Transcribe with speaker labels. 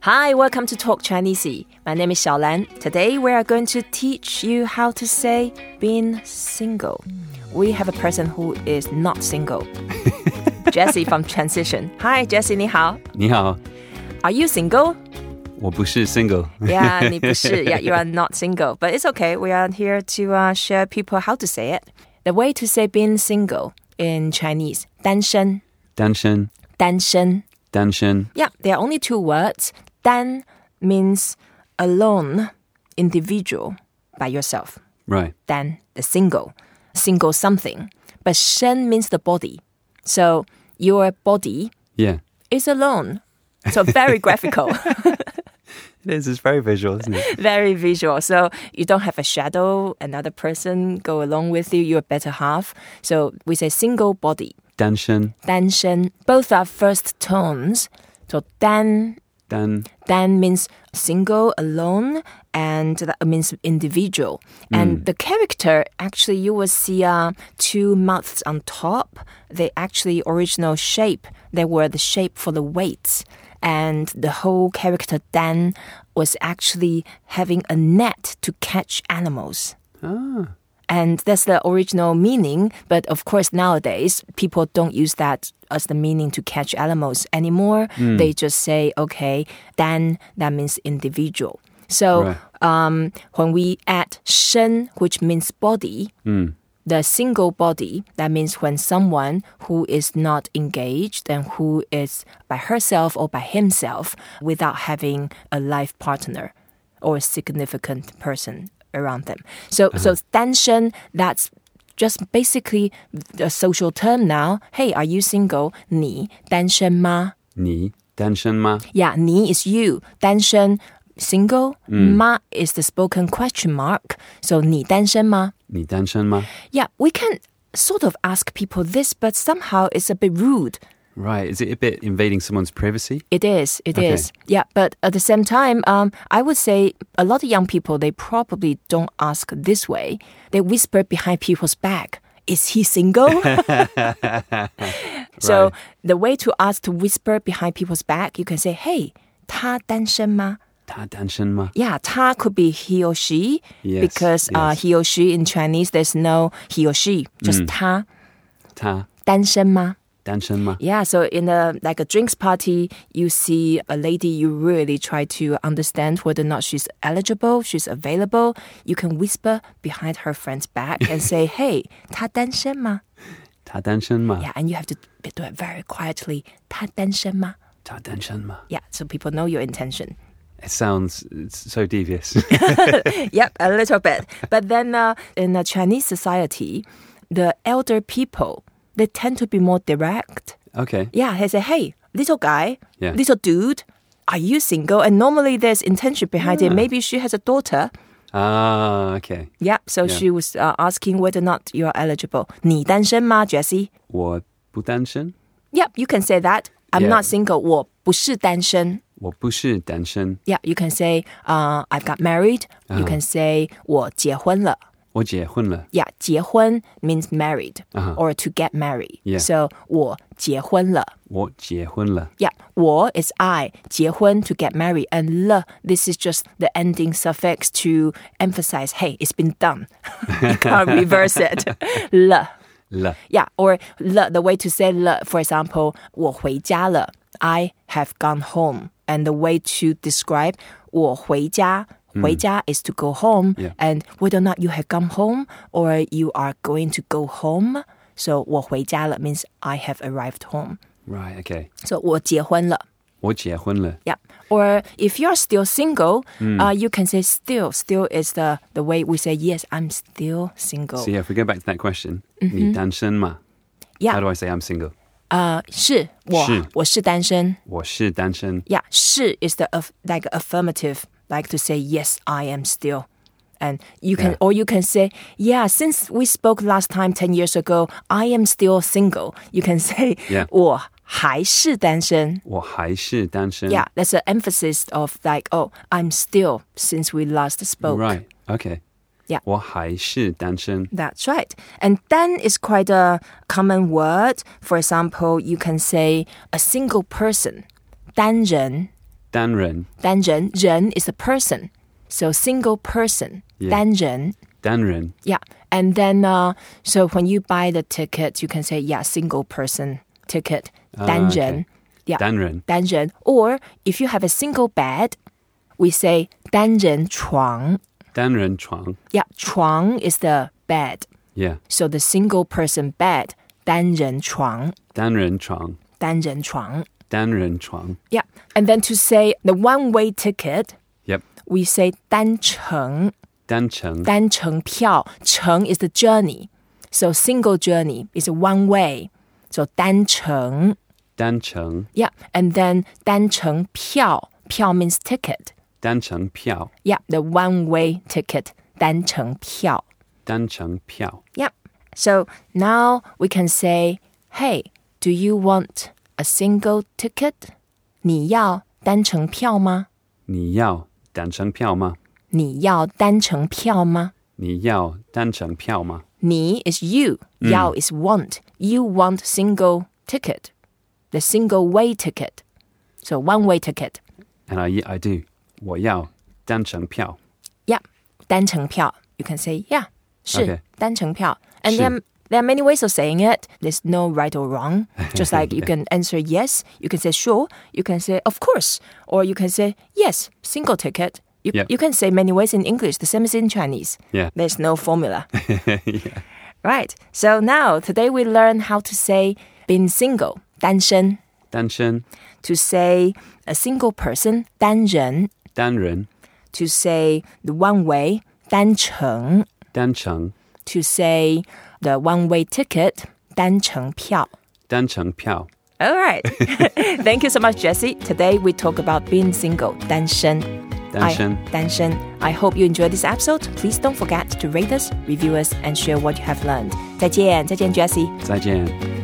Speaker 1: Hi, welcome to Talk Chinese. My name is Xiaolan. Today we are going to teach you how to say being single. We have a person who is not single. Jesse from Transition. Hi, Jesse, 你好.
Speaker 2: 你好，
Speaker 1: Are you single?
Speaker 2: 我不是 single。
Speaker 1: Yeah, 你不是. Yeah, you are not single. But it's okay. We are here to uh, share people how to say it. The way to say being single in Chinese, 单身,
Speaker 2: 单身，
Speaker 1: 单身.
Speaker 2: 单身，
Speaker 1: Yeah, there are only two words. Dan means alone, individual, by yourself.
Speaker 2: right？
Speaker 1: Dan, the single, single something. But Shen means the body. So your body
Speaker 2: Yeah,
Speaker 1: is alone. So very graphical,
Speaker 2: it is. It's very visual, isn't it?
Speaker 1: very visual. So you don't have a shadow, another person go along with you, you're better half. So we say single body,
Speaker 2: 单身，
Speaker 1: Dan Shen. Both are first tones. So Dan
Speaker 2: 单
Speaker 1: Dan means single, alone, and that means individual. And the character, actually, you will see uh, two mouths on top. They actually original shape. They were the shape for the weights. And the whole character Dan was actually having a net to catch animals. And that's the original meaning. But of course, nowadays, people don't use that as the meaning to catch animals anymore. They just say, okay, dan, that means individual. So
Speaker 2: Right.
Speaker 1: um, when we add shen, which means body, the single body, that means when someone who is not engaged and who is by herself or by himself without having a life partner or a significant person around them. So, so tension, that's just basically a social term now. Hey, are you single? 你单身吗?
Speaker 2: 你单身吗？
Speaker 1: Yeah, 你 is you, 单身 single, ma is the spoken question mark. So 你单身吗?
Speaker 2: 你单身吗
Speaker 1: Yeah, we can sort of ask people this, but somehow it's a bit rude.
Speaker 2: ？Right? Is it a bit invading someone's privacy?
Speaker 1: It is, it is.
Speaker 2: Okay.
Speaker 1: Yeah, but at the same time, um, I would say a lot of young people, they probably don't ask this way. They whisper behind people's back. Is he single? so
Speaker 2: Right.
Speaker 1: the way to ask to whisper behind people's back, you can say, "Hey, 他单身吗?"
Speaker 2: 他单身吗
Speaker 1: Yeah, 他 could be he or she
Speaker 2: Yes,
Speaker 1: because Uh,
Speaker 2: yes.
Speaker 1: he or she in Chinese there's no he or she, just
Speaker 2: Mm. 他
Speaker 1: 他单身吗?
Speaker 2: 单身吗
Speaker 1: Yeah, so in a like a drinks party, you see a lady, you really try to understand whether or not she's eligible, she's available. You can whisper behind her friend's back and say, "Hey, 她单身吗?"
Speaker 2: 他单身吗
Speaker 1: Yeah, and you have to do it very quietly. 她单身吗?
Speaker 2: 他单身吗
Speaker 1: Yeah, so people know your intention.
Speaker 2: ？It sounds it's so devious.
Speaker 1: yep, a little bit. But then uh, in a Chinese society, the elder people they tend to be more direct.
Speaker 2: okay.
Speaker 1: Yeah, he said, hey, little guy,
Speaker 2: Yeah.
Speaker 1: little dude, are you single? And normally there's intention behind it. Maybe she has a daughter.
Speaker 2: Ah, okay.
Speaker 1: Yeah, so she was uh, asking whether or not you're eligible. 你单身吗, Jesse?
Speaker 2: 我不单身，
Speaker 1: Yep, you can say that. I'm
Speaker 2: Yeah.
Speaker 1: not single. 我不是单身.
Speaker 2: 我不是单身，
Speaker 1: Yeah, you can say, uh, I've got married. You
Speaker 2: Uh-huh.
Speaker 1: can say, 我结婚了.
Speaker 2: 我结婚了。
Speaker 1: Yeah, 结婚 means married
Speaker 2: Uh-huh.
Speaker 1: or to get married.
Speaker 2: Yeah.
Speaker 1: So, 我结婚了.
Speaker 2: 我结婚了。
Speaker 1: Yeah, 我 is I, 结婚 to get married, and 了 this is just the ending suffix to emphasize, hey, it's been done. you can't reverse it. 了
Speaker 2: 了
Speaker 1: Yeah, or 了 the way to say 了, for example, 我回家了, I have gone home. And the way to describe 我回家,回家 is to go home,
Speaker 2: Yeah.
Speaker 1: and whether or not you have gone home or you are going to go home. So 我回家了 means I have arrived home.
Speaker 2: ，right? Okay.
Speaker 1: So 我结婚了.
Speaker 2: 我结婚了。
Speaker 1: Yeah. Or if you're still single, uh, you can say still. Still is the, the way we say, yes, I'm still single.
Speaker 2: So yeah, if we go back to that question, 你单身吗
Speaker 1: Mm-hmm. Yeah.
Speaker 2: How do I say I'm single?
Speaker 1: Uh, 是我,
Speaker 2: 是。
Speaker 1: 我是单身.
Speaker 2: 我是单身。
Speaker 1: Yeah, 是 is the aff- like affirmative, like to say, yes, I am still. And you can,
Speaker 2: Yeah.
Speaker 1: or you can say, yeah, since we spoke last time 10 years ago, I am still single. You can say,
Speaker 2: Yeah.
Speaker 1: 我还是单身.
Speaker 2: 我还是单身。
Speaker 1: Yeah, that's an emphasis of like, oh, I'm still since we last spoke.
Speaker 2: Right. Okay.
Speaker 1: Yeah.
Speaker 2: 我还是单身。
Speaker 1: That's right. And then is quite a common word. For example, you can say a single person, 单人,
Speaker 2: 单人
Speaker 1: 单人,人 is a person. So single person,
Speaker 2: Yeah.
Speaker 1: 单人.
Speaker 2: 单人
Speaker 1: Yeah. And then, uh, so when you buy the ticket, you can say, yeah, single person ticket, 单人.
Speaker 2: Ah, okay.
Speaker 1: Yeah.
Speaker 2: 单人
Speaker 1: 单人. Or if you have a single bed, we say 单人床.
Speaker 2: 单人床
Speaker 1: Yeah, 床 is the bed.
Speaker 2: yeah
Speaker 1: So the single person bed, 单人床,
Speaker 2: 单人床
Speaker 1: 单人床.
Speaker 2: 单人床
Speaker 1: Yeah. And then to say the one way ticket,
Speaker 2: yep
Speaker 1: we say 单程,
Speaker 2: 单程
Speaker 1: 单程票.程 is the journey. So single journey is a one way. So 单程.
Speaker 2: 单程
Speaker 1: Yeah. And then 单程票.票 means ticket.
Speaker 2: 单程票
Speaker 1: Yeah, the one way ticket, 单程票.
Speaker 2: 单程票
Speaker 1: Yep. So now we can say, hey, do you want a single ticket? 你要单程票吗?
Speaker 2: 你要单程票吗？
Speaker 1: 你要单程票吗?
Speaker 2: 你要单程票吗？
Speaker 1: 你 is you, 要 is want. You want single ticket, the single way ticket. So one way ticket.
Speaker 2: And I I do. 我要单程票。
Speaker 1: Yeah, 单程票. You can say yeah, 是
Speaker 2: Okay.
Speaker 1: 单程票. And
Speaker 2: 是。
Speaker 1: there there are many ways of saying it. There's no right or wrong. Just like you can answer yes, you can say sure, you can say of course, or you can say yes, single ticket. You,
Speaker 2: Yeah.
Speaker 1: you can say many ways in English, the same as in Chinese.
Speaker 2: Yeah.
Speaker 1: There's no formula. Right. So now today we learn how to say being single, 单身,
Speaker 2: 单身、单人、
Speaker 1: to say a single person, 单人, to say the one way, 单程.
Speaker 2: 单程、
Speaker 1: to say the one way ticket, 单程票.
Speaker 2: 单程票。
Speaker 1: All right. Thank you so much, Jesse. Today we talk about being single, 单身.
Speaker 2: 单身。
Speaker 1: I, 单身. I hope you enjoyed this episode. Please don't forget to rate us, review us, and share what you have learned. 再见,再见 Jesse.
Speaker 2: 再见。